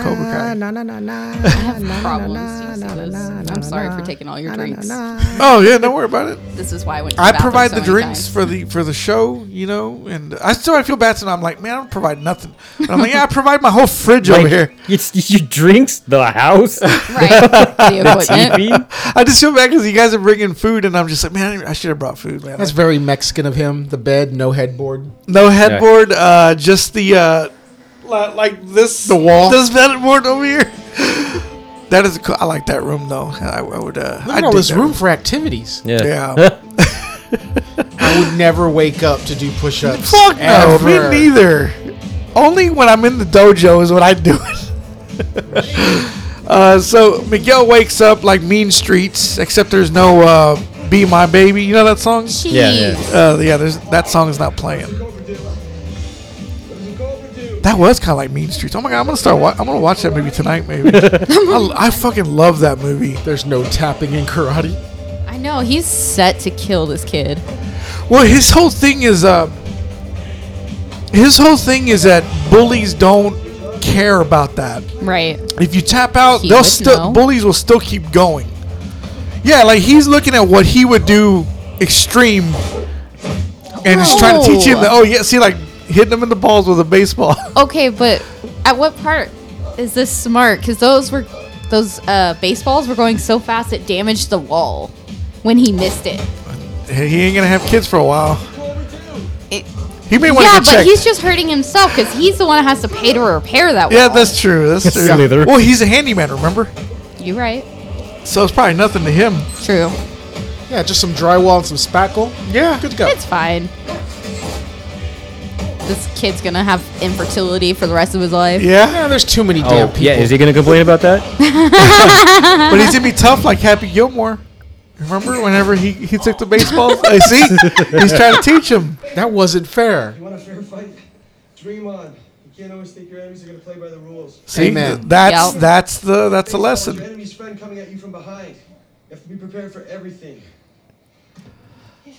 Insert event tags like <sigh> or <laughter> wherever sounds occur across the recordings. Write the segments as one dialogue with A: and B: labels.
A: Cry.
B: Ah, Na, na, na, na,
A: I have problems, Jesus. I'm sorry for taking all your drinks.
C: Oh yeah, don't worry about it.
A: This is why I went. To the
C: I
A: bathroom
C: provide
A: so
C: the
A: many
C: drinks
A: times.
C: for the for the show, you know, and I still I feel bad, so I'm like, man, I don't provide nothing. And I'm like, yeah, I provide my whole fridge over
D: Like,
C: here.
D: It's your drinks, the
A: <laughs>
D: house, the
C: <laughs>
A: right. The equipment.
D: TV.
C: I just feel bad because you guys are bringing food, and I'm just like, man, I should have brought food, man.
B: That's very Mexican of him. The bed, no headboard.
C: no headboard, uh, just the uh, li- like this
B: The wall.
C: this headboard over here. that is cool. I like that room though. I, I would. Uh,
B: Look
C: I
B: at all
C: dig
B: this
C: that
B: room for activities.
D: Yeah. <laughs>
C: Yeah.
B: I would never wake up to do push-ups.
C: Fuck no,
B: ever.
C: me neither. Only when I'm in the dojo is when I do it. uh, so Miguel wakes up like Mean Streets, except there's no uh, "Be My Baby." You know that song?
D: Yeah, yeah.
A: Jeez.
C: Uh, yeah, there's that song is not playing. That was kind of like Mean Streets. Oh my god, I'm gonna start. Wa- I'm gonna watch that movie tonight.
B: <laughs>
C: Maybe. I, I fucking love that movie.
B: There's no tapping in karate.
A: I know he's set to kill this kid.
C: Well, his whole thing is uh, his whole thing is that bullies don't care about that.
A: Right.
C: If you tap out,
A: He
C: they'll
A: would
C: still
A: know.
C: bullies will still keep going. Yeah, like he's looking at what he would do extreme, and he's trying to teach him that. Oh yeah, see, like hitting him in the balls with a baseball. <laughs>
A: Okay, but at what part is this smart? Because those were those uh, baseballs were going so fast it damaged the wall when he missed it.
C: he ain't gonna have kids for a while.
A: It-
C: He may want
A: yeah,
C: to
A: but
C: get checked.
A: he's just hurting himself because he's the one that has to pay to repair that.
C: yeah,
A: wall.
C: that's true. That's true.
D: Slither.
C: Well, he's a handyman, remember?
A: you right.
C: So it's probably nothing to him.
A: True.
B: Yeah, just some drywall and some spackle.
C: Yeah.
B: Good to go.
A: It's fine. This kid's gonna have infertility for the rest of his life.
C: Yeah,
B: Yeah, there's too many
D: Oh,
B: damn people.
D: yeah. Is he gonna complain about that?
C: but he's gonna be tough like Happy Gilmore. Remember whenever he, he took the baseballs? I see. He's trying to teach him.
B: that wasn't fair.
E: You want a fair fight? Dream on. You can't always think your enemies are gonna play by the rules.
C: See,
B: Amen.
C: th- that's
A: Yep.
C: that's the that's the
E: Baseball is Your
C: lesson.
E: enemy's friend coming at you from behind. You have to be prepared for everything.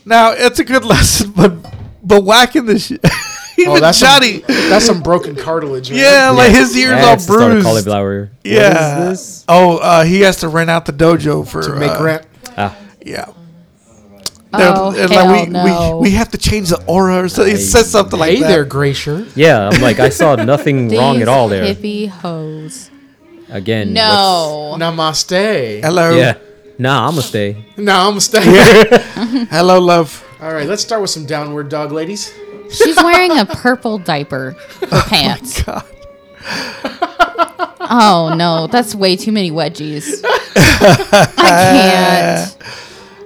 C: Now it's a good <laughs> lesson, but but whacking the shit. <laughs> Even
B: Oh, that's
C: Johnny.
B: Some, that's some broken cartilage. man.
C: yeah, like his ears all
D: That's the start of
C: bruised.
D: Cauliflower.
C: Yeah.
D: What is this?
C: Oh, uh, he has to rent out the dojo for
B: To make
C: uh,
B: rent.
D: Ah,
C: Yeah.
A: Oh,
C: They're- they're
A: hell
C: we,
A: no.
C: we we have to change the aura. Or something. It says something like
B: hey
C: that.
B: there, gray shirt.
D: yeah. I'm like, I
A: <laughs>
D: saw nothing wrong
A: These
D: at all there.
A: Hippie hoes.
D: Again.
A: No.
B: <laughs> Namaste.
C: Hello.
D: what's- Yeah. Nah, I'm
C: <laughs>
D: gonna stay.
B: <laughs> Namaste.
C: Hello, love.
B: All right, let's start with some downward dog, ladies.
A: She's wearing a purple diaper for pants.
C: God.
A: Oh no, that's way too many wedgies. I can't.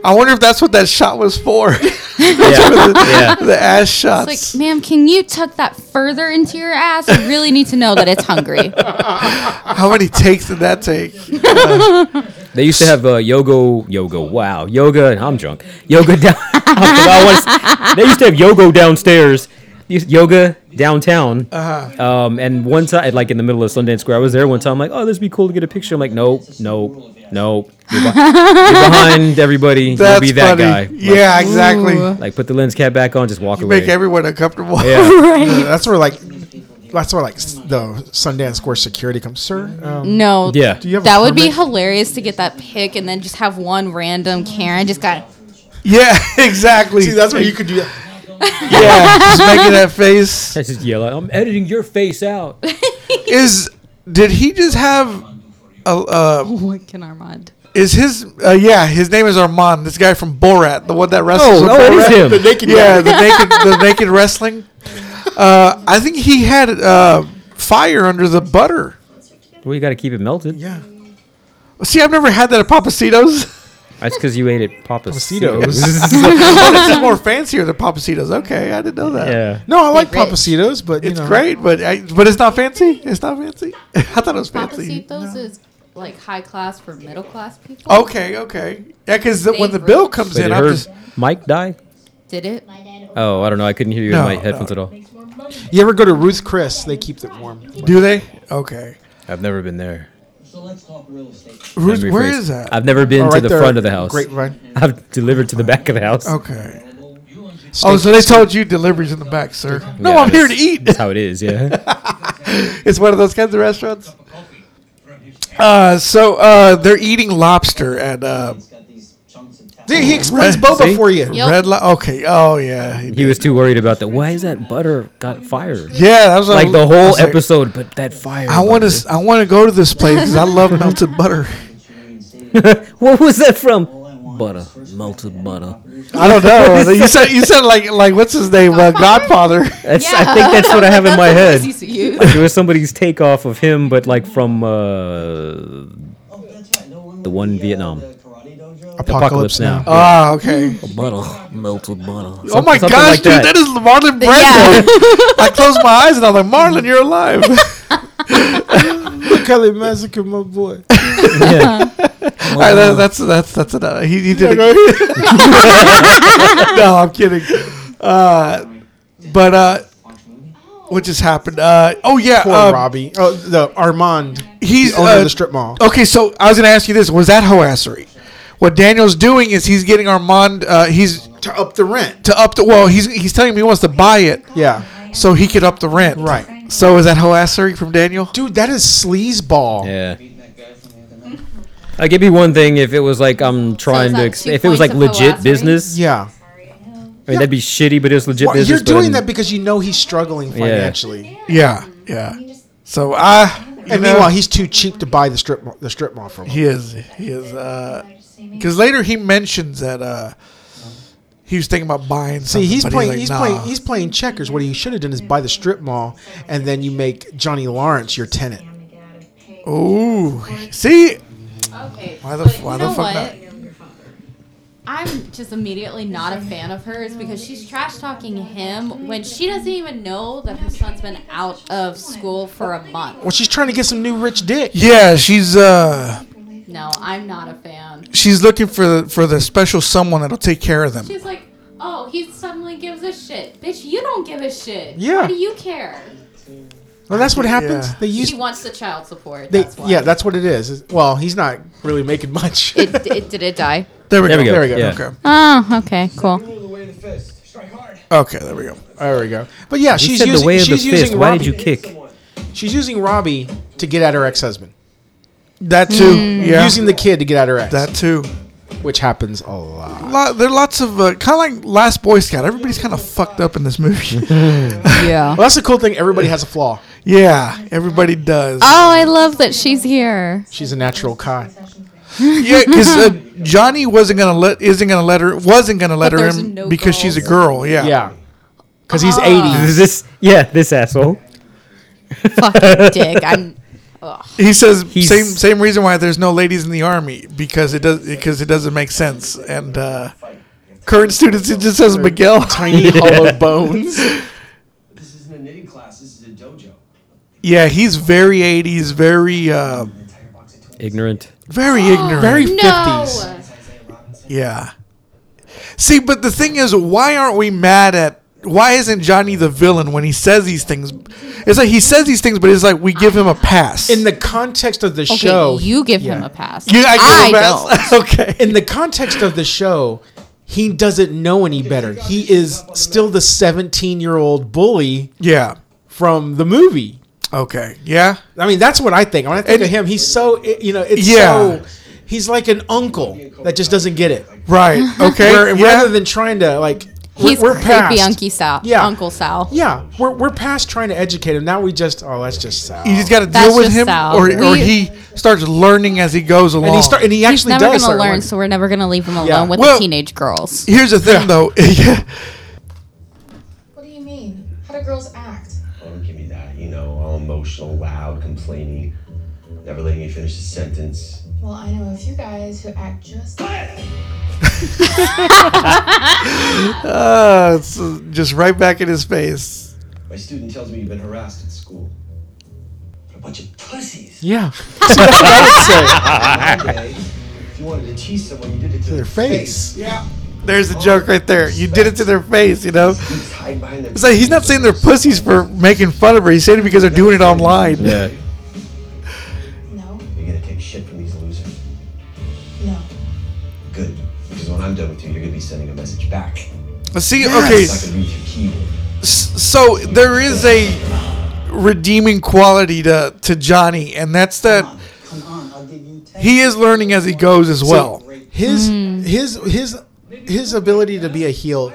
C: I wonder if that's what that shot was for. <laughs>
D: Yeah. yeah.
C: the ass
A: It's
C: shots.
A: like, ma'am, can you tuck that further into your ass? I really need to know that it's hungry.
C: How many takes did that take?
D: They used to have uh, yoga, yoga. Wow, yoga. And I'm drunk. Yoga down. <laughs> oh, 'Cause I was- they used to have yoga downstairs. Used- Yoga downtown. Uh-huh. Um, and one time, like in the middle of Sundance Square, I was there one time. like, oh, this would be cool to get a picture. I'm like, nope, nope, nope. You're, be- you're behind everybody.
C: That's
D: You'll be that
C: funny.
D: guy.
C: Yeah, exactly.
A: Ooh.
D: Like, put the lens cap back on. Just walk away.
C: Make everyone uncomfortable.
D: yeah.
B: Yeah, that's where like, that's where like s- the Sundance Square security comes. Sir, um,
A: No.
D: Yeah.
B: do you have a
A: That would be
B: permit?"
A: hilarious to get that pic and then just have one random Karen just got
C: <laughs>
A: <laughs>
C: Yeah, exactly.
B: See, that's where you could do. That.
C: yeah, just making that face.
D: <laughs> I just yell out, I'm editing your face out.
C: Is did he just have? A, uh,
A: what can Armand?
C: is his? Uh, yeah, his name is Armand. This guy from Borat, the one that wrestles. with
D: <laughs> oh, it is
C: Borat.
D: him.
B: The
C: <laughs>
B: naked
C: Yeah,
B: yeah.
C: the naked, the naked wrestling. Uh, I think he had uh, fire under the butter.
D: Well, you got to keep it melted.
B: Yeah.
C: See, I've never had that at Papacito's. <laughs>
D: That's because you ate it, Papasitos.
B: Papasitos.
C: oh, this is more fancier than Papacito's. Okay, I didn't know that.
D: <laughs> yeah.
B: No, I like
A: rich.
B: papacitos, but you
C: It's
B: know,
C: great, but I, but it's not fancy. It's not fancy. <laughs> I thought it was fancy.
A: Papacitos is like high class for middle class people.
C: Okay, okay. Yeah, because when the bill comes
D: Wait,
C: in,
D: did
C: I'm
D: her
C: just
D: mic die?
A: Did it?
D: Oh, I don't know. I couldn't hear you
C: No,
D: in my
C: no.
D: headphones at all.
B: You ever go to Ruth Chris? They keep it warm.
C: do they? Okay.
D: I've never been there.
E: So let's talk real estate.
C: Who's,
D: Let me
C: where
D: rephrase. Oh,
C: is that?
D: I've never been
B: All
D: to
B: right
D: the
B: there,
D: front of the house.
B: Grapevine.
D: I've delivered to the back of the house.
C: okay. Oh, so they told you deliveries in the back, sir. No,
D: Yeah,
C: I'm here to
D: <laughs> that's-
C: eat. <laughs>
D: That's how it is. Yeah.
C: It's one of those kinds of restaurants. Uh, so uh, they're eating lobster at uh,
B: Dude, he explains
C: Right.
B: boba
C: See?
B: for you.
A: Yep.
C: Red Lo- Okay. Oh yeah. he
D: He
C: did.
D: was too worried about the why is that butter got fired?
C: Yeah, that was
D: Like the
C: I
D: whole
C: was like,
D: episode, but that fire.
C: I want
D: butter.
C: to. I want to go to this place because I love melted butter.
D: What was that from? Butter, melted butter.
C: <laughs> I don't know. <laughs> You said you said like like what's his name? Uh, Godfather. <laughs>
D: That's, I think that's what I have
A: <laughs>
D: in my head.
A: That's the phrase you
D: Like, it was somebody's takeoff of him, but like from uh, the one Vietnam. Apocalypse
B: Apocalypse, now.
D: Now.
C: Oh, okay.
D: Butter, melted butter.
C: oh my gosh, dude, that is Marlon Brando. I closed my eyes and I was like, Marlon, you're alive.
B: Kelly Massacre, my
C: <laughs>
B: boy.
C: All right, that, that's that's that's enough. He, he did it. <laughs> no, I'm kidding. Uh, but uh, what just happened? Uh, oh yeah,
B: Poor
C: um,
B: Robbie. Oh, the Armand.
C: he's
B: the owner
C: uh,
B: of the strip mall.
C: Okay, so I was gonna ask you this: Was that hoassery? What Daniel's doing is he's getting Armand. Uh, he's
B: To up the rent.
C: to up the well. He's he's telling me he wants to buy it
B: Yeah.
C: so he could up the rent.
B: Right.
C: So is that hoassery from Daniel?
B: Dude, that is sleazeball.
D: Yeah. <laughs> Like it'd be one thing if it was like I'm trying
A: that
D: to, ex-
A: two
D: if it was like
A: points of
D: legit
A: phylactery?
D: business,
B: Yeah.
D: I mean, that'd be shitty, but it's legit
B: Well,
D: business.
B: you're
D: but I
B: doing
D: mean-
B: that because you know he's struggling financially.
C: Yeah, yeah. So I. you
B: And
C: know-
B: meanwhile, he's too cheap to buy the strip mall, the strip mall from. Him.
C: He is. He is.
B: uh,
C: Because later he mentions that uh, he was thinking about buying.
B: See,
C: something,
B: he's
C: but
B: playing.
C: like,
B: he's
C: "Nah."
B: playing. He's playing checkers. What he should have done is buy the strip mall, and then you make Johnny Lawrence your tenant.
C: Ooh. See,
A: see. Okay.
C: Why the
A: but
C: f-
A: you
C: why the
A: know
C: fuck
A: what? I'm just immediately not a fan of hers because she's trash talking him when she doesn't even know that her son's been out of school for a month.
B: Well, she's trying to get some new rich dick.
C: yeah, she's uh,
A: No, I'm not a fan.
C: she's looking for for the special someone that'll take care of them.
A: She's like, oh, he suddenly gives a shit. Bitch, you don't give a shit.
B: Yeah.
A: Why do you care?
B: Well, that's what happens.
C: Yeah.
B: They use.
A: She wants the child support.
B: They,
A: that's why.
B: yeah, that's what it is. It's- Well, he's not really making <laughs> much.
A: It, it, did it die?
C: There we
D: There
C: go.
D: we go,
C: There we go.
D: yeah.
C: Okay.
A: Oh, okay, cool.
E: Rule the way of the fist. Strike hard.
C: Okay. There we go.
B: there we go. But yeah,
D: He
B: she's
D: said
B: using.
D: the way of the
B: she's
D: fist.
B: using
D: Why
B: Robbie.
D: did you kick?
B: She's using Robbie to get at her ex-husband. Mm.
C: That too. Yeah.
B: Using the kid to get at her ex,
C: that too.
B: which happens a lot.
C: Lot, there are lots of uh, kind of like Last Boy Scout. Everybody's kind of fucked up in this movie.
D: <laughs>
A: Yeah.
B: Well, that's the cool thing. Everybody has a flaw.
C: yeah, everybody does.
A: Oh, I love that she's here.
B: She's a natural cock.
C: Yeah,
A: <laughs>
C: because uh, Johnny wasn't gonna let isn't gonna let her wasn't gonna let
A: But
C: her
A: there's
C: in
A: no
C: because she's a Ah. girl. Yeah.
B: Yeah, because he's eighty.
D: Is this? Yeah, this asshole.
A: <laughs> Fucking dick. I'm.
C: He says
D: He's-
C: same same reason why there's no ladies in the army because it does because it doesn't make sense and uh, current students it just says Miguel <laughs> tiny
B: Hollow bones.
E: This isn't a knitting class. This is a dojo.
C: yeah he's very 80s very uh,
D: Ignorant.
C: very
B: <gasps>
C: ignorant
B: Very
A: No.
B: 50s.
C: yeah see but the thing is why aren't we mad at why isn't Johnny the villain when he says these things it's like he says these things but it's like we give him a pass
B: In the context of the
A: Okay,
B: show,
A: you give him
B: yeah.
A: a pass.
C: yeah, I, give him a
A: don't.
C: pass. <laughs> okay
B: in the context of the show, he doesn't know any better. He is still the 17 year old bully
C: yeah
B: from the movie.
C: okay yeah
B: I mean, that's what I think. When I think of him, he's so, i- you know, it's
C: Yeah.
B: so, he's like an uncle that just doesn't get it.
A: <laughs>
C: right okay
B: Where,
C: yeah.
B: Rather than trying to, like, <laughs> we're-
A: He's
B: we're,
A: creepy
B: past.
A: Uncle Sal.
B: Yeah.
A: Uncle Sal.
B: Yeah, we're, we're past trying to educate him. Now we just, oh, that's just Sal.
C: You just got to
A: That's
C: deal with
A: just
C: him,
A: how
C: or, or
A: we-
C: he starts learning as he goes along.
B: and he, start, and he
A: He's
B: actually
A: never
B: does.
A: going to
B: start
A: learn,
B: learning.
A: so we're never going to leave him alone
B: Yeah.
A: with
C: Well-
A: the teenage girls.
C: Here's the thing, though. <laughs> Yeah.
F: What do you mean? How do girls act?
E: Oh, give me that. You know, all emotional, loud, complaining, never letting me finish a sentence.
F: Well, I know a few guys who act just.
C: Uh, it's uh, just right back in his face.
E: My student tells me you've been harassed at school. What a bunch of pussies. <laughs>
B: Yeah.
E: One day, if you wanted to tease someone, you did it to
B: Their face.
E: Yeah.
C: There's a joke right there. You did it to their face, you know.
E: Dudes hide behind their.
C: It's like he's not saying they're pussies for making fun of her. He's saying it because they're doing it online.
D: Yeah.
F: No,
E: You're gonna take shit from these losers.
F: no.
E: Good, because when I'm done with you, you're gonna be sending a message back.
C: But See,
E: It's not
C: okay,
E: gonna be your keyboard.
C: s- so there is a redeeming quality to to Johnny, and that's that he is learning as he goes as well.
B: His his his his ability to be a heel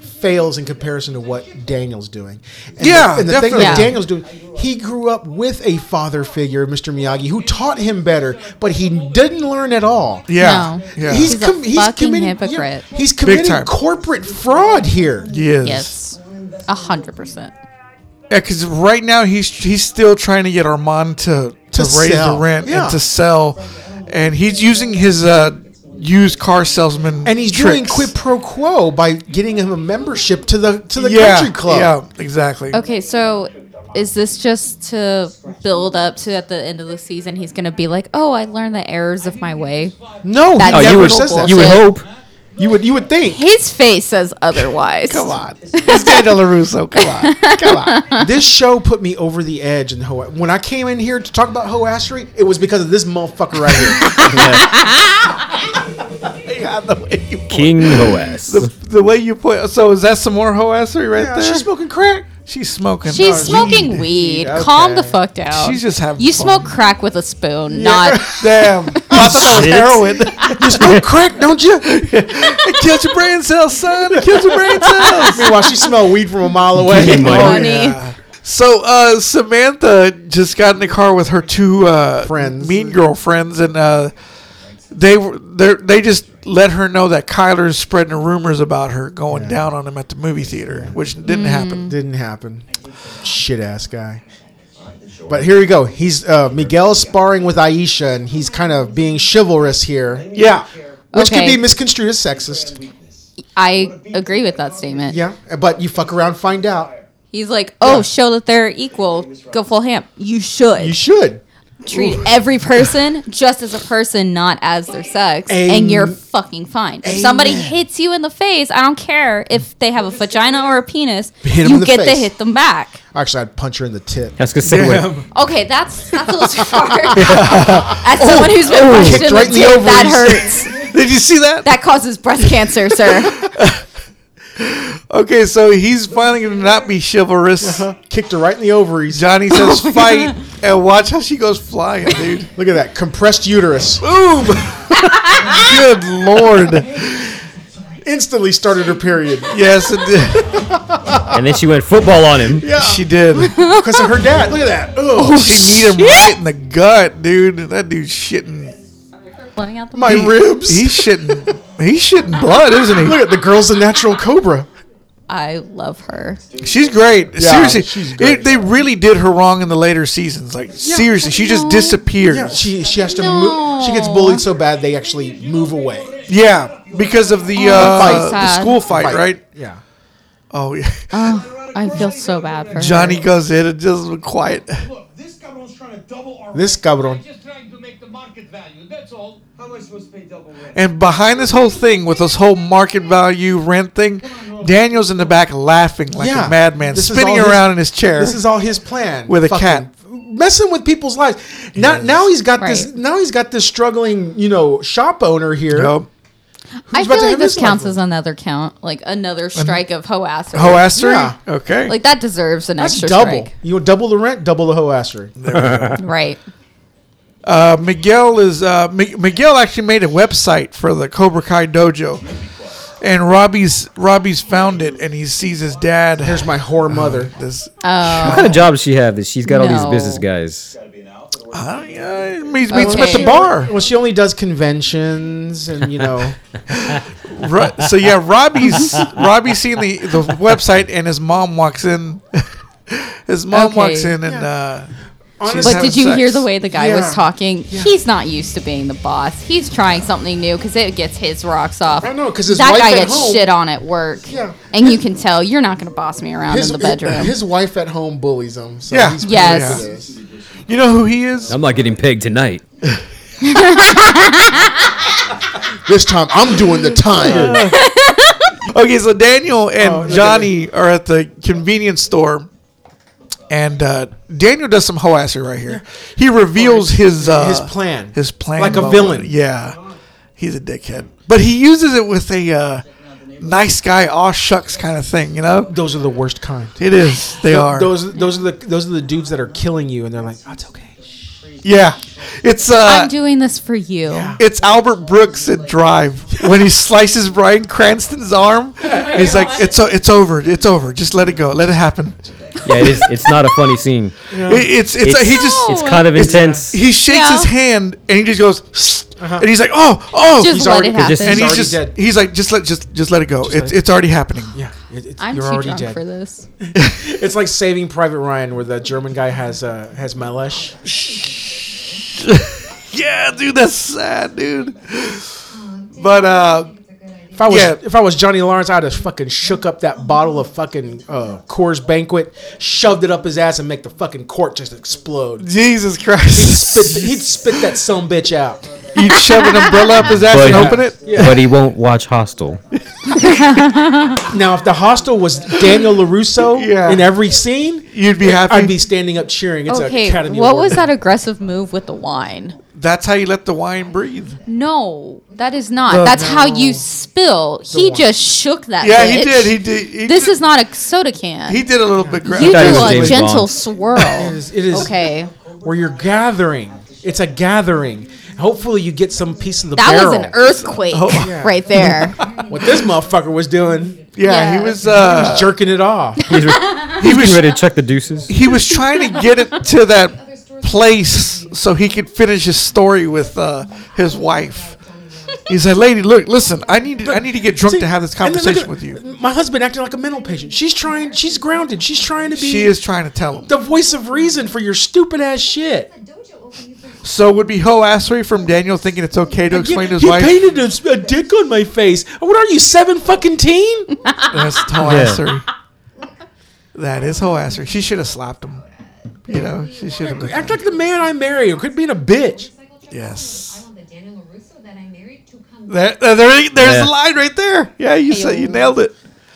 B: fails in comparison to what Daniel's doing. And
C: Yeah,
B: the, and the thing
C: definitely.
B: that
A: Yeah.
B: Daniel's doing, he grew up with a father figure, Mr. Miyagi, who taught him better, but he didn't learn at all.
C: Yeah,
A: No.
C: yeah.
B: He's,
A: He's a
B: com- he's
A: fucking
B: committing
A: hypocrite.
B: yeah, he's
C: time.
B: committing corporate fraud here.
C: he is.
A: Yes. A hundred percent.
C: Yeah, because right now he's he's still trying to get Armand to to,
B: To
C: raise
B: sell.
C: the rent
B: Yeah.
C: and to sell, and he's using his uh, used car salesman
B: And he's doing
C: tricks.
B: quid pro quo by getting him a membership to the to the
C: yeah,
B: country club.
C: Yeah, exactly.
A: Okay, so is this just to build up to at the end of the season he's gonna be like, Oh, I learned the errors of my way?
B: No,
A: That
B: he
D: Oh,
B: never
D: you would,
B: says that.
D: you would hope.
B: You would you would think.
A: His face says otherwise.
C: Come
A: <laughs>
C: on, it's Daniel Larusso. Come on.
B: Come on. this show put me over the edge and ho- when I came in here to talk about hoassery, it was because of this motherfucker right here.
C: <laughs> Yeah, the way you put,
D: King Hoas.
C: the way you put. So is that some more hoassery right
B: Yeah,
C: there?
B: she's smoking crack.
C: She's smoking.
A: She's
C: uh,
A: smoking
C: weed.
A: weed.
B: Okay.
A: Calm the fuck down.
C: She's just having
A: You
C: fun.
A: smoke crack with a spoon, <laughs> not
B: <laughs>
C: Damn, Oh, I thought that was
D: Shit.
C: heroin.
B: You smoke crack, don't you?
C: it kills your brain cells, son. It kills your brain cells. Oh,
B: Meanwhile, she smelled weed from a mile away.
D: Pretty much.
A: funny.
C: So uh, Samantha just got in the car with her two uh,
B: Friends.
C: mean girl friends, and uh, they were they they just let her know that Kyler's spreading rumors about her going down on him at the movie theater, which didn't happen.
B: Oh, Didn't happen. Shit ass guy. But here we go. He's uh, Miguel sparring with Aisha, and he's kind of being chivalrous here,
C: Yeah,
B: which could
A: Okay.
B: be misconstrued as sexist.
A: I agree with that statement.
B: Yeah, but you fuck around, find out.
A: He's like, Oh, show that they're equal. Go full ham. You should.
B: You should.
A: treat every person just as a person, not as their sex,
B: Amen.
A: and you're fucking fine. If somebody hits you in the face, I don't care if they have a vagina or a penis.
B: Hit 'em
A: you
B: in the
A: get to
B: face.
A: hit them back.
B: Actually, I'd punch her in the tip.
D: That's gonna say what.
A: Okay, that's that's a little too far.
B: <laughs>
A: as someone who's been punched
B: Oh, kicked
A: in
B: right
A: the
B: in the
A: tip, that
B: ovaries.
A: hurts.
C: did you see that?
A: That causes breast cancer,
B: <laughs>
A: sir.
C: Okay, so he's finally going to not be chivalrous.
B: Kicked her right in the ovaries.
C: Johnny says, "Fight and watch how she goes flying, dude."
B: Look at that compressed uterus.
C: Boom! Good lord!
B: Instantly started her period
C: Yes, it did.
D: And then she went football on
B: <laughs>
D: him.
C: she did.
B: because of her dad. Look at that. Ugh.
C: She need him right in the gut, dude. That dude's shitting.
A: Blowing out the
B: My ribs.
C: He's shitting. He's shitting blood, isn't
B: <laughs> Look at the girl's a natural cobra.
A: I love her.
C: he? She's great. seriously,
B: she's
C: it-
B: great.
C: they really did her wrong in the later seasons. Like seriously, she just disappeared.
B: Yeah,
C: Yeah.
B: she she has to move. She gets bullied so bad they actually move away.
C: because of the
A: that's
C: uh,
A: so
C: the
A: sad.
C: school fight,
B: Fight.
C: right?
B: Yeah.
C: Oh yeah.
A: I feel so bad for her.
C: Johnny goes in and just quiet.
G: Look, this cabron's trying to double our
B: This cabron.
G: just trying to make the market value, that's all. How am I supposed to pay double rent?
C: And behind this whole thing with this whole market value rent thing, Daniel's in the back laughing like
B: yeah.
C: a madman,
B: This is
C: spinning
B: all his-
C: around in his chair.
B: This is all his plan
C: With a
B: Fucking
C: cat.
B: messing with people's lives. Now now he's got this.
A: Right.
B: Now he's got this struggling you know shop owner here.
C: Yup.
A: I feel
B: about to
A: like
B: have
A: this
B: his life
A: counts
B: ruined?
A: as another count, like another strike of hoassery.
C: Hoassery?
B: Yeah.
C: Okay.
A: Like that deserves an
B: That's
A: extra
B: double. <laughs>
A: strike.
B: You know, double the rent, double the hoassery.
A: Right.
C: Uh, Miguel is uh, Mi- Miguel actually made a website for the Cobra Kai dojo, and Robbie's Robbie's found it, and he sees his dad.
B: Here's my whore mother.
C: this.
A: Oh.
D: What kind of job does she have? That she's got all these
A: No.
D: business guys.
C: Uh, yeah, he meets, meets him at the
A: Okay.
C: bar.
B: Well, she only does conventions and you know.
C: Ro- so yeah, Robbie's Robbie's seeing the the website, and his mom walks in. <laughs> His mom
A: Okay.
C: walks in, and uh, she's
A: But
C: having
A: did you
C: sex.
A: hear the way the guy
B: Yeah.
A: was talking? He's not used to being the boss. He's trying something new because it gets his rocks off.
B: I know, 'cause his
A: that
B: wife
A: guy
B: at
A: gets
B: home-
A: shit on at work.
B: Yeah.
A: and you can tell you're not going to boss me around
B: his,
A: in the bedroom.
B: his wife at home bullies him. So
C: Yeah.
B: He's
A: Yes.
B: prone to this.
C: You know who he is?
D: I'm not getting pegged tonight.
B: This time I'm doing the time.
C: Okay, so Daniel and
B: look at
C: Johnny are at the convenience store, and uh, Daniel does some hoassery right here. He reveals his uh,
B: His plan.
C: his plan,
B: Like a
C: about-
B: villain.
C: Yeah, he's a dickhead, but he uses it with a uh, nice guy, aw shucks kind of thing. You know,
B: those are the worst kind.
C: it is. They are.
B: Those those are the those are the dudes that are killing you, and they're like, "Oh, "It's okay."
C: Yeah, It's uh,
A: I'm doing this for you.
C: it's Albert Brooks in Drive when he slices Brian Cranston's arm. He's like, "It's o- it's over, it's over. Just let it go, let it happen."
D: Yeah, it
B: <laughs>
D: is, it's not a funny scene.
C: It- it's, it's
D: It's-
C: he just
D: It's kind of intense.
C: he shakes
A: Yeah.
C: his hand and he just goes, and he's like, "Oh, oh."
A: Just let
B: already-
A: it happen.
D: just-
C: and
B: Uh-huh. he's
C: he's
B: already
C: just
B: dead.
C: he's like just let just just let it go. It's
B: let it-
C: it's already happening.
B: Yeah, it, it's,
A: I'm
B: you're
A: too
B: already
A: drunk
B: dead.
A: for this.
B: It's like Saving Private Ryan, where the German guy has uh, has Melish.
C: <laughs> Yeah, dude, that's sad, dude. But uh,
B: If I was
C: Yeah.
B: if I was Johnny Lawrence, I'd have fucking shook up that bottle of fucking uh, Coors Banquet, shoved it up his ass, and make the fucking court just explode. <laughs>
C: Jesus <laughs> Christ,
B: Spit, he'd spit that some bitch out.
C: you shove an umbrella up his ass
D: But-
C: and open it.
D: But he won't watch <laughs> Hostel.
B: Now, if the hostel was Daniel Larusso
C: <laughs> Yeah.
B: in every scene,
C: You'd be happy.
B: I'd be standing up cheering. It's an
A: Okay,
B: Academy
A: what
B: Award.
A: was that aggressive move with the wine?
C: That's how you let the wine breathe.
A: No, that is not. That's how you spill. he just shook that.
C: Yeah, he
A: bitch.
C: did. He did. He
A: This
C: did,
A: is not a soda can.
C: He did a little bit. Gra-
A: you do
D: thought it was
A: a
D: James
A: gentle
D: Bond.
A: swirl.
B: <laughs> It is, it is
A: Okay,
B: where you're gathering. It's a gathering. Hopefully, you get some piece of the
A: that
B: barrel. Oh.
A: was an earthquake right
B: <laughs>
A: there.
B: What this motherfucker was doing,
C: yeah,
A: yeah.
C: he was. Uh,
B: jerking it off.
D: He's, re- he's getting ready to check the deuces.
C: he was trying to get it to that place so he could finish his story with uh, his wife. He said, "Lady, look, listen. I need to, I need to get <laughs> drunk
B: See,
C: to have this
B: and then look
C: conversation with
B: at-
C: you."
B: My husband acting like a mental patient. She's trying. She's grounded. She's trying to be.
C: She is trying to tell him.
B: the voice of reason for your stupid ass shit.
C: So would be hoe assery from Daniel thinking it's okay to explain to his
B: he
C: wife.
B: painted a, s- a dick on my face. What are you, seven fucking teen?
C: That's hoe assery. That is hoe assery. She should have slapped him. You know, she should have.
B: Act
C: been-
B: like the man I marry. Or quit being a bitch.
C: Yes.
H: I'm the Daniel LaRusso that I married to come
C: There, there, there- there's
D: Yeah.
C: the line right there. Yeah, you said you nailed it.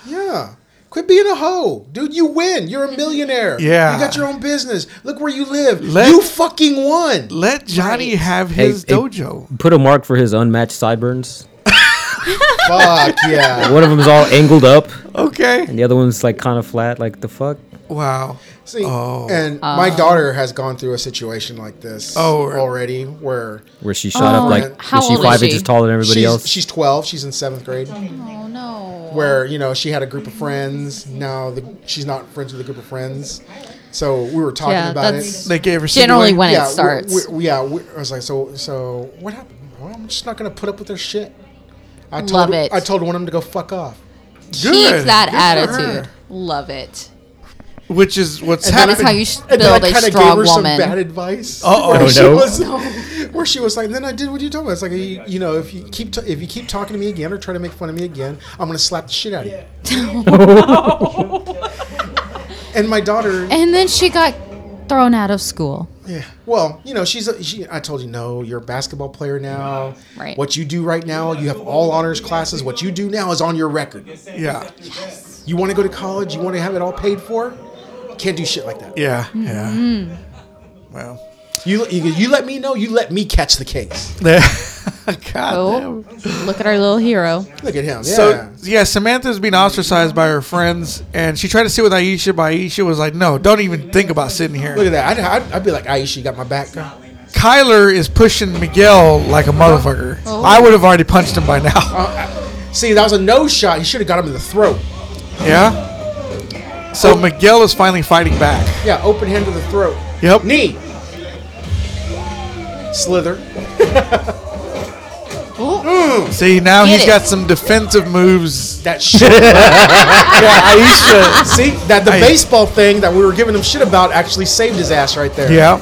B: Yeah. Quit being a hoe. Dude, you win. You're a millionaire.
C: Yeah.
B: You got your own business. Look where you live.
C: Let-
B: you fucking won.
C: Let Johnny have
D: Hey,
C: his
D: hey,
C: dojo.
D: Put a mark for his unmatched sideburns.
B: <laughs> Fuck yeah.
D: One of them's all angled up,
C: Okay.
D: and the other one's like kind of flat. Like the fuck.
C: Wow.
B: See, and my
A: Oh.
B: daughter has gone through a situation like this
C: Oh, right.
B: already where
D: Where she shot up
A: Oh,
D: like
A: how
D: was she
A: old is
D: five
A: she?
D: inches taller than everybody
B: she's,
D: else?
B: she's 12. She's in seventh grade.
A: Oh no.
B: where you know she had a group of friends. Now the, she's not friends with a group of friends. So we were talking
A: Yeah,
B: about
A: that's-
B: it.
C: They gave her
A: Generally, when
B: yeah,
A: it
B: we-
A: starts,
B: we- we- yeah, we, I was like, so so what happened? Well, I'm just not gonna put up with their shit. I told,
A: Love it.
B: I told one of them to go fuck off.
A: keep that
C: Good for her.
A: attitude. Love it.
C: which is what's
A: That is
C: happening.
A: how you should
B: And then
A: build
B: I
A: a
B: kind of gave
A: strong
B: her some bad
A: woman.
B: advice.
C: Uh-oh.
B: <laughs> where
D: Oh,
B: she
D: no.
B: was, where she was like, "Then I did what you told me." It's like, you, you know, if you keep t- if you keep talking to me again or try to make fun of me again, I'm gonna slap the shit out of you.
A: <laughs>
B: <laughs> and my daughter,
A: And then she got thrown out of school.
B: Yeah. Well, you know, she's a, she. I told you, no, you're a basketball player now.
A: Right.
B: What you do right now, you have all honors classes. What you do now is on your record.
C: yeah.
B: You want to go to college? You want to have it all paid for? Can't do shit like that.
C: Yeah. Yeah.
A: Mm-hmm.
C: Well. <laughs>
B: You you, you let me know. You let me catch the case.
C: There. God
A: Oh,
C: damn.
A: look at our little hero.
B: Look at him. Yeah.
C: So yeah, Samantha's being ostracized by her friends, and she tried to sit with Aisha, but Aisha was like, "No, don't even think about sitting here."
B: Look at that. I'd, I'd, I'd be like, Aisha, you got my back. girl."
C: Kyler is pushing Miguel like a motherfucker.
A: Oh.
C: I would have already punched him by now.
B: See, that was a no shot. He should have got him in the throat.
C: yeah. So Miguel is finally fighting back.
B: Yeah, open hand to the throat.
C: Yep.
B: Knee. Slither.
C: See now
A: Get
C: he's
A: it.
C: got some defensive moves. <laughs>
B: That shit.
C: Yeah, Aisha. <laughs>
B: See that the
C: Hey.
B: baseball thing that we were giving him shit about actually saved his ass right there.
C: Yeah.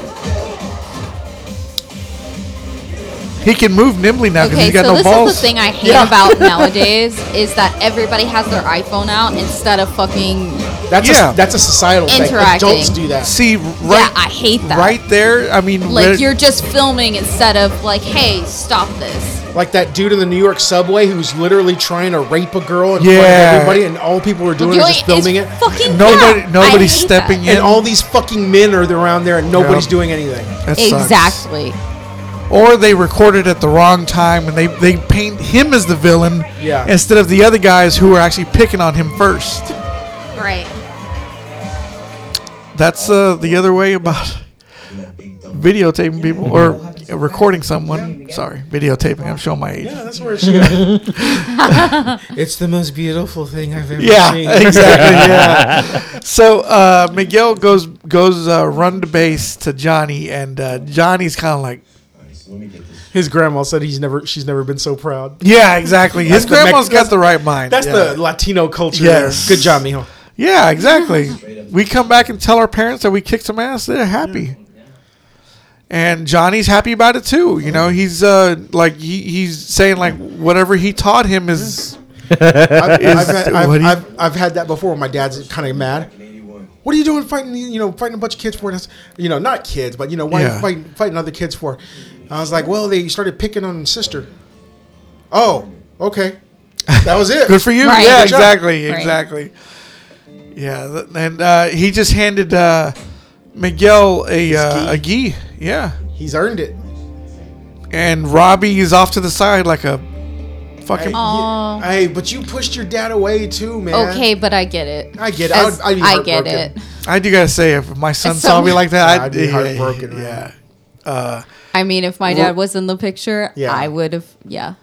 C: He can move nimbly now because
A: Okay,
C: he's got
A: so
C: no
A: this
C: balls.
A: is the thing I hate about nowadays is that everybody has their iPhone out instead of fucking.
B: that's
C: Yeah.
B: a, that's a societal thing.
A: Interacting.
B: Adults do that.
C: See,
A: Yeah,
C: right,
A: I hate that.
C: right there. I mean, where-
A: Like you're just filming instead of like, hey, stop this.
B: Like that dude in the New York subway who's literally trying to rape a girl in front
C: Yeah.
B: of everybody, and all people are doing is just filming it.
A: it's Fucking
C: Nobody-
A: yeah,
C: nobody's
A: I hate
C: stepping
A: that.
C: in.
B: and all these fucking men are around there, and nobody's
C: Yeah.
B: doing anything.
C: that sucks.
A: Exactly.
C: Or they recorded at the wrong time, and they they paint him as the villain
B: Yeah.
C: instead of the other guys who were actually picking on him first.
A: Right.
C: That's uh, the other way about <laughs> videotaping people or recording someone. Sorry, videotaping. I'm showing my age.
B: Yeah, that's where it's good.
C: <laughs>
I: It's the most beautiful thing I've ever
B: <laughs>
I: seen.
C: Yeah, exactly. Yeah. So uh, Miguel goes goes uh, run to base to Johnny, and uh, Johnny's kind of like,
E: Alright, so let me get this.
B: His grandma said he's never. She's never been so proud.
C: yeah, exactly. His
B: That's the Mex-
C: grandma's got the right mind.
B: That's
C: yeah.
B: the Latino culture.
C: Yes.
B: There. Good job, Mijo.
C: yeah,
B: <laughs>
C: exactly. We come back and tell our parents that we kicked some ass. They're happy. And Johnny's happy about it too. You know, he's uh like he, he's saying like whatever he taught him is
B: I've, I've, had, I've,
C: what do you-
B: I've, I've had that before. When my dad's kind of mad. What are you doing fighting? You know, fighting a bunch of kids for this. You know, not kids, but you know, why are
C: Yeah.
B: you fighting, fighting other kids for? I was like, well, they started picking on his sister. Oh, okay. That was
C: <laughs>
B: it.
C: Good for you.
A: Right.
C: Yeah,
A: Good
B: job.
C: exactly,
A: Right.
C: exactly. Yeah, th- and uh, he just handed uh, Miguel a uh, a gi. Yeah,
B: He's earned it.
C: and Robbie is off to the side like a fucking.
B: Hey,
A: Aw.
B: Hey, but you pushed your dad away too, man.
A: Okay, but I get it.
B: I get it.
A: As-
B: I'd- I'd be
A: I get
B: heartbroken.
A: it.
C: I do gotta say, if my son
A: It's
C: saw
A: so-
C: me like that,
B: Yeah,
C: I'd,
B: I'd be
C: yeah,
B: heartbroken,
C: Yeah,
B: man.
C: Uh,
A: I mean, if my dad was in the picture,
B: Yeah.
A: I would have. Yeah,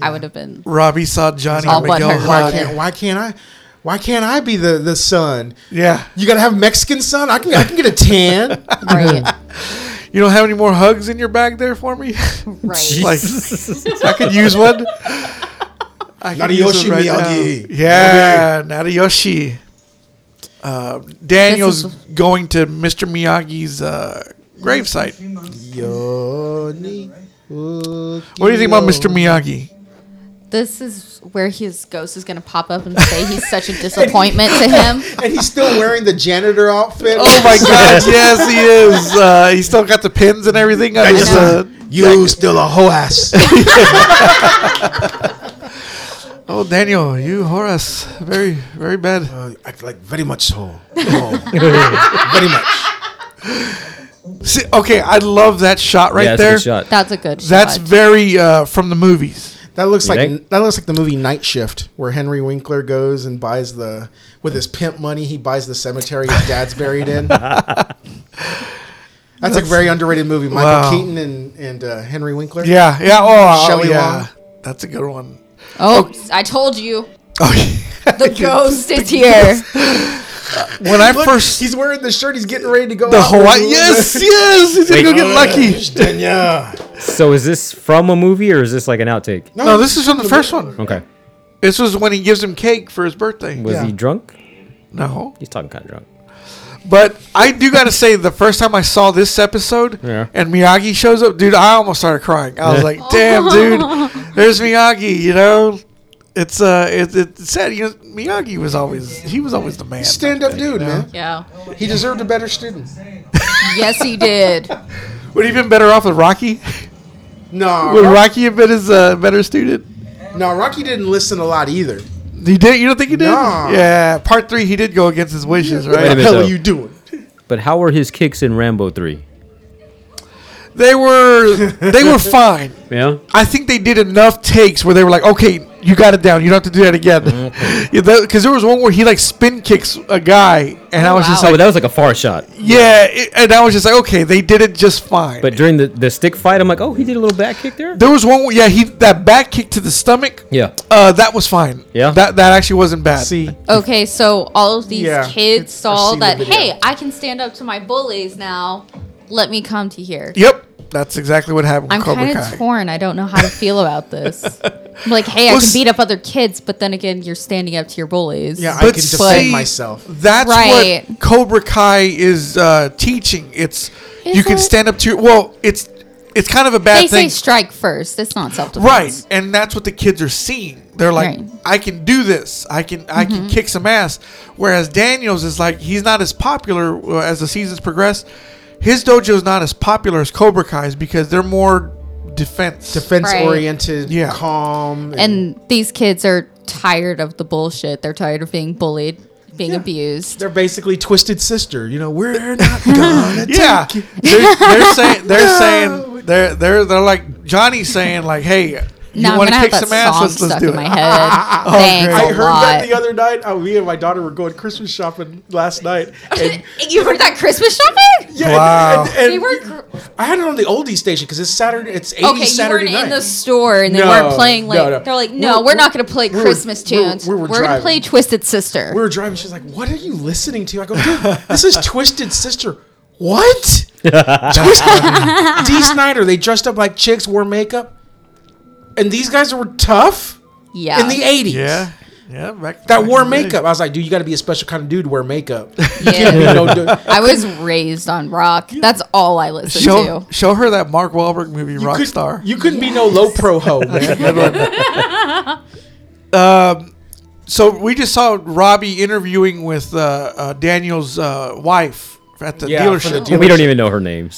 A: I would have been.
C: Robbie saw Johnny
A: All
C: and
A: but
C: Miguel
A: her.
B: Why
C: hug.
B: can't why can't I why can't I be the, the son?
C: Yeah,
B: You gotta have Mexican son? I can I can get a tan.
A: Right.
C: you don't have any more hugs in your bag there for me. <laughs>
A: right.
D: <laughs>
C: like, I could use
B: <laughs>
C: one. I could use
B: Narayoshi
C: one right now.
B: Miyagi.
C: Yeah, Narayoshi. Uh, Daniel's
A: This
C: going to Mr. Miyagi's uh, gravesite.
B: Yoni.
C: What do you think about Mr. Miyagi?
A: This is where his ghost is gonna pop up and say he's such a disappointment to him.
B: And he's still wearing the janitor outfit.
C: Oh my
B: <laughs>
C: God! <laughs> yes, he is. Uh, he still got the pins and everything. on his, uh,
B: You still a hoe ass.
C: oh, Daniel, you Horace, very, very bad.
B: Uh, act like very much so. Oh, very much.
C: See, okay, I love that shot right
D: yeah, that's a
C: there.
D: good shot.
A: That's a good.
C: That's
A: shot.
C: very uh, from the movies.
B: That looks like
D: think?
B: that looks like the movie Night Shift, where Henry Winkler goes and buys the with his pimp money, he buys the cemetery his dad's
C: <laughs>
B: buried in. That's, a very underrated movie. Michael
C: Wow.
B: Keaton and, and uh, Henry Winkler.
C: Yeah, yeah. Oh, oh
B: Shelley
C: yeah.
B: Long.
C: That's a good one.
A: Oh, I told you,
C: Oh, <laughs> yeah.
A: the ghost is here.
C: when I
B: Look,
C: first
B: he's wearing the shirt. He's getting ready to go.
C: the
B: out for
C: Hawaii.
B: the-
C: Yes, yes. He's gonna go get lucky.
B: Uh, Yeah.
D: So is this from a movie or is this like an outtake?
C: No, this is from the first one.
D: Okay.
C: This was when he gives him cake for his birthday.
D: Was he drunk?
C: No,
D: He's talking kind of drunk.
C: but I do gotta say, the first time I saw this episode
D: Yeah.
C: and Miyagi shows up, dude, I almost started crying. I was
D: Yeah.
C: like, "Damn, dude, there's Miyagi." You know, it's uh, it, it's sad. You know, Miyagi was always he was always the man.
B: Stand up, dude, man.
A: Yeah.
B: He deserved a better student.
A: Yes, he did.
C: Would he have been better off with Rocky?
B: Uh-huh.
C: Would
B: No,
C: Rocky have been his uh, better student?
B: no, Rocky didn't listen a lot either.
C: He did. You don't think he did?
B: No.
C: Yeah. Part three, he did go against his wishes,
B: What
D: Wait
C: right?
D: a
B: the
D: minute,
B: hell
D: though.
B: are you doing?
D: But how were his kicks in Rambo 3?
C: They were
B: <laughs>
C: they were fine.
D: Yeah.
C: I think they did enough takes where they were like, okay, you got it down. You don't have to do that again.
D: Mm-hmm.
C: <laughs> Because there was one where he like spin kicks a guy, and I was just
D: Oh,
C: like,
D: that was like a far shot.
C: yeah, it- and I was just like, okay, they did it just fine.
D: But during the, the stick fight, I'm like, oh, he did a little back kick there?
C: there was one, where- yeah, he that back kick to the stomach.
D: Yeah.
C: Uh, that was fine.
D: Yeah.
C: That that actually wasn't bad.
B: See,
A: Okay, so all of these
B: Yeah,
A: kids
B: it's- I've
A: saw
B: seen the
A: that.
B: video.
A: Hey, I can stand up to my bullies now. Let me come to here.
C: Yep. That's exactly what happened. With
A: I'm
C: Cobra
A: kind
C: Kai.
A: of torn. I don't know how to feel about this. I'm like, hey, I
C: Well,
A: can
C: s-
A: beat up other kids, but then again, you're standing up to your bullies.
B: yeah, I
C: But
B: can
C: see,
B: defend myself.
C: That's
A: Right.
C: what Cobra Kai is uh, teaching. It's you
A: Is
C: can
A: it?
C: stand up to. Well, it's it's kind of a bad
A: they say
C: thing,
A: strike first. It's not self defense.
C: right? And that's what the kids are seeing. They're like,
A: Right. Mm-hmm.
C: I can do this. I can I can kick some ass. Whereas Daniels is like he's not as popular uh, as the seasons progress. His dojo is not as popular as Cobra Kai's because they're more defense.
B: Defense oriented,
C: Yeah.
B: calm,
A: And these kids are tired of the bullshit. They're tired of being bullied, being abused.
B: They're basically twisted sister. You know, we're
C: <laughs>
B: not gonna
C: yeah,
A: <laughs>
C: they're, they're saying they're saying they're they're they're like Johnny's saying like, hey, you
A: No, I'm
C: wanna
A: gonna have
C: kick
A: that
C: some ass?
A: song
C: Let's- let's
A: stuck
C: do
A: in my
C: it. <laughs>
B: <laughs>
A: head. Thanks
B: Oh, I
A: a
B: heard
A: lot.
B: that the other night. Oh, me and my daughter were going Christmas shopping last night.
A: <laughs>
B: And,
A: you heard that Christmas shopping?
B: yeah, and-
C: Wow.
B: and- and
A: They were cr-
B: I had it on the oldie station because it's Saturday. It's 80s
A: okay. You
B: Saturday
A: weren't
B: night.
A: in the store and they
B: No,
A: weren't playing
B: no,
A: like
B: no.
A: they're like,
B: We
A: no,
B: were-
A: we're, not gonna play
B: we were-
A: Christmas
B: we were-
A: tunes.
B: we
A: We
B: were
A: are gonna
B: driving.
A: play Twisted Sister.
B: we were driving. She's like, "What are you listening to?" I go, "Dude, this
C: <laughs>
B: is Twisted Sister." What? Twisted <laughs> D. Snyder. They dressed up like chicks, wore makeup, and these guys were tough
A: yeah.
B: in the '80s.
C: Yeah. Yeah. Back,
B: That
C: back
B: wore
C: in the day.
B: makeup. I was like, dude, you got to be a special kind of dude to
C: <laughs>
B: wear makeup. <laughs>
A: yeah.
B: You know, dude,
A: I was raised on rock. That's all I listen
C: Show,
A: to.
C: show her that Mark Wahlberg movie,
B: you could-
C: Rockstar.
B: You couldn't be no low pro
C: <laughs>
B: ho, man.
C: um, so we just saw Robbie interviewing with uh, uh, Daniel's uh, wife at the
B: Yeah, for the
C: dealership.
B: deal-
D: we don't even know her name.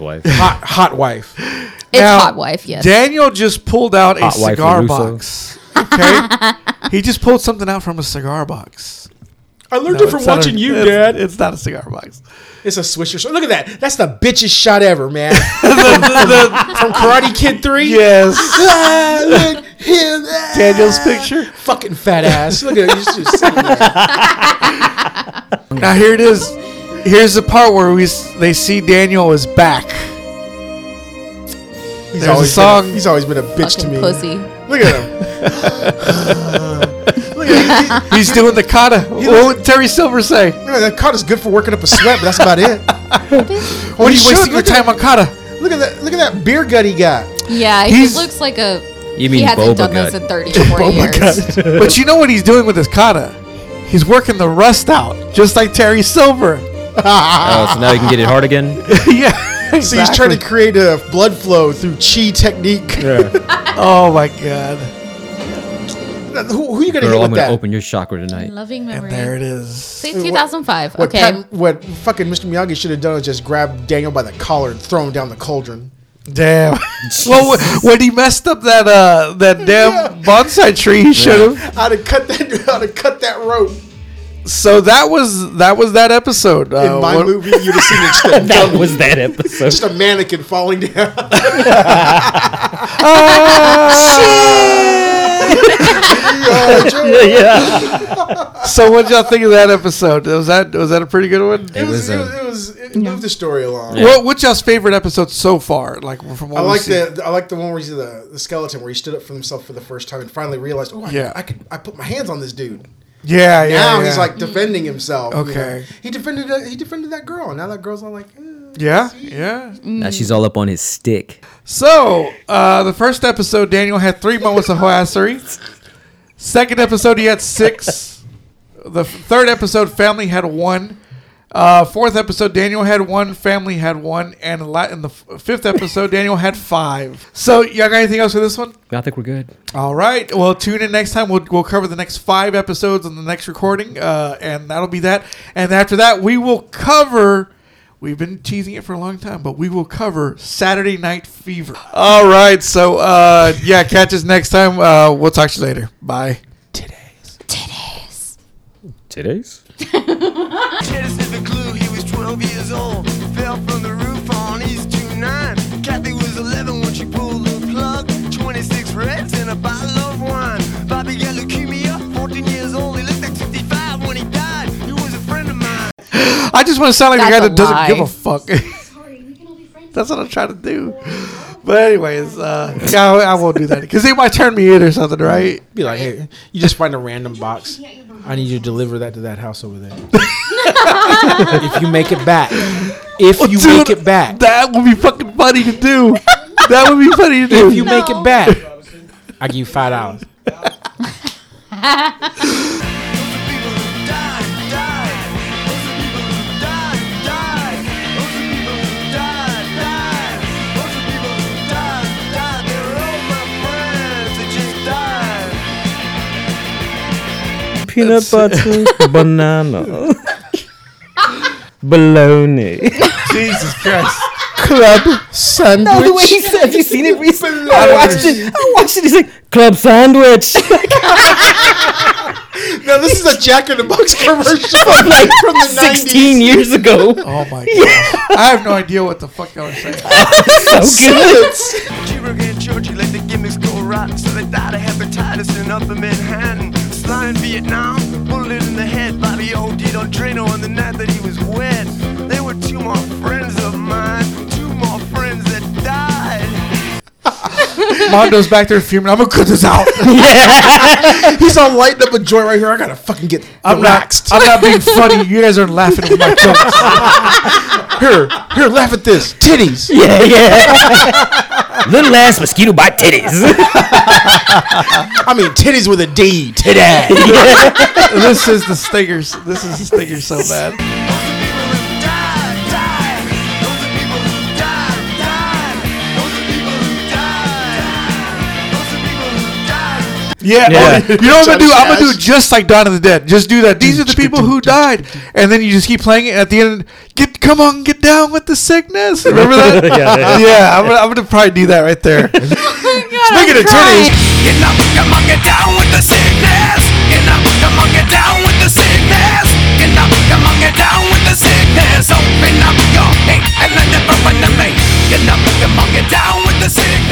A: <laughs>
D: wife.
B: hot, hot wife.
A: It's
C: Now,
A: Hot Wife, yes.
C: Daniel just pulled out a
D: Hot wife
C: cigar
D: LaRusso.
C: box.
B: <laughs>
C: Okay, he just pulled something out from a cigar box.
B: I learned
C: No,
B: it from
C: it's not
B: watching
C: a-
B: you,
C: it's-
B: Dad.
C: It's not a cigar box.
B: It's a Swisher shot. Look at that. That's the bitchest shot ever, man.
C: <laughs>
B: <laughs> From Karate Kid 3.
C: yes,
B: Ah, look, him, ah,
C: <laughs> Daniel's picture.
B: Fucking fat ass. Look at it. He's just sitting there.
C: Now here it is. Here's the part where we s- they see Daniel is back.
B: He's
C: a
B: always been
C: song.
B: A, he's always been a bitch to
A: Fucking
B: me.
A: pussy.
B: Look at him. look at him.
C: He's doing the kata. What would Terry Silver say?
B: He- he- That cut is good for working up a sweat, but that's
A: <laughs>
B: about it.
C: What are
B: He
C: you
B: should.
C: wasting your
B: Look at
C: time on kata?
B: that- Look at that. Look at that beer gut he got.
A: Yeah, he
C: He's-
A: looks like a. He
D: You mean
A: hasn't
D: Boba
A: done this
D: Gut?
A: in 30 or 40 years.
B: <laughs>
C: But you know what he's doing with his kata? He's working the rust out, just like Terry
B: <laughs>
C: Silver.
D: Oh, so now you can get it hard again.
C: yeah.
B: So he's trying to create a blood flow through chi technique.
C: Oh my god!
B: who, <laughs> who you gonna
D: Girl,
B: hit
D: I'm
B: with
D: gonna
B: that?
D: open your chakra tonight.
A: Loving
C: And
A: memory.
C: there it is.
A: Say 2005.
B: What,
A: okay.
B: Pat- what fucking Mr. Miyagi should have done is just grab Daniel by the collar and throw him down the cauldron. <laughs>
C: Damn. well, wh- when he messed up that uh that damn bonsai tree, he should have.
B: I'd have cut that. I'd have cut that rope.
C: So that was that was that episode.
B: In
C: Uh,
B: my
C: what-
B: movie, you'd have seen it still.
D: <laughs> That was that episode.
B: Just a mannequin falling down. <laughs>
D: yeah, yeah.
C: <laughs> So what y'all think of that episode? Was that was that a pretty good one?
B: It
D: was
B: was. It
D: a-
B: was. It, was, it moved the story along.
C: What what's y'all's favorite episode so far? Like from what
B: I
C: we
B: like
C: see?
B: the I like the one where he's the, the skeleton where he stood up for himself for the first time and finally realized oh I,
C: Yeah.
B: I could I put my hands on this dude
C: yeah yeah.
B: now
C: yeah.
B: he's like defending himself you know.
C: Okay.
B: he defended that- he defended that girl and now that girl's all like eh.
C: yeah yeah.
D: Now she's all up on his stick.
C: So, uh, the first episode, Daniel had three moments of hoassery. Second episode, he had six. The f- third episode, family had one. Uh, fourth episode, Daniel had one. Family had one, and la- in the f- fifth episode, Daniel had five. So, y'all got anything else for this one?
D: I think we're good.
C: All right. Well, tune in next time. We'll, we'll cover the next five episodes on the next recording, uh, and that'll be that. And after that, we will cover. We've been teasing it for a long time, but we will cover Saturday Night Fever. All right. So, uh, yeah, catch us next time. Uh, we'll talk to you later. Bye.
D: Today's.
J: Dennis is the clue, he was 12 years old. Fell from the roof on East 29. Kathy was 11 when she pulled the plug. 26 reds and a bottle of wine. Bobby got leukemia, 14 years old. He looked like 65 when he died. He was a friend of mine.
C: I just want to sound like a
A: That's
C: guy that
A: a
C: doesn't
A: lie.
C: give a fuck. <laughs>
H: Sorry, we can all be friends.
C: That's what I'm trying to do. But anyways, uh, yeah, I, I won't do that because they might turn me in or something, right?
B: be like hey you just find a random box I need you to deliver that to that house over there <laughs> if you make it back if you
C: Dude,
B: make it back
C: That would be fucking funny to do. That would be funny to do.
B: if you make it back I give you five dollars
J: Those are people who died, died. Those are people who died, died. Those are people who died, died. Those are people who died, died. They were all my friends. They just died.
D: Peanut butter, <laughs> banana, bologna.
C: Jesus Christ.
D: Club
B: sandwich
D: No, the way he said, have you seen it recently? I
B: Bologna.
D: watched it. I watched it. He's like, club <laughs> sandwich.
B: No, this is a Jack in the Box <laughs> commercial
D: I'm like,
B: from the
D: 16 years ago.
C: Oh my gosh. I have no idea what the fuck I was saying.
D: so good.
J: She broke and Georgie let the gimmicks go awry. lot, so they died of hepatitis in Upper Manhattan. Sly in Vietnam, bullet in the head by the old dude on Drano on the night that he was wet. They were two more friends of mine, two more friends that died.
C: Mondo's back there fuming. I'm gonna cut this out.
B: He's all lighting up a joint right here. I gotta fucking get
C: I'm
B: relaxed.
C: not. I'm not being funny. You guys are laughing at my jokes.
B: here, here, laugh at this. Titties.
D: Yeah, yeah. <laughs> Little ass mosquito bite titties.
B: I mean, titties with a D. Titty.
C: this is the stingers. This is the stingers so bad.
J: Those are people who died, died. Those are people who died, died. Those are people who died. Those are people who died.
C: Yeah.
D: Yeah.
C: oh, you know what I'm gonna do? I'm gonna do just like Dawn of the Dead. Just do that. These are the people who died, and then you just keep playing it. And at the end, get come on, get down with the sickness. Remember that?
D: <laughs> Yeah, yeah, yeah.
C: I'm gonna, I'm gonna probably do that right
D: <laughs>
C: there.
A: Speaking
C: of titties,
J: Get up, come on, get down with the sickness. Get up, come on, get down with the sickness. Get up, come on, get down with the sickness. Open up your hate and let it burn me. Get up, come on, get down with the sickness.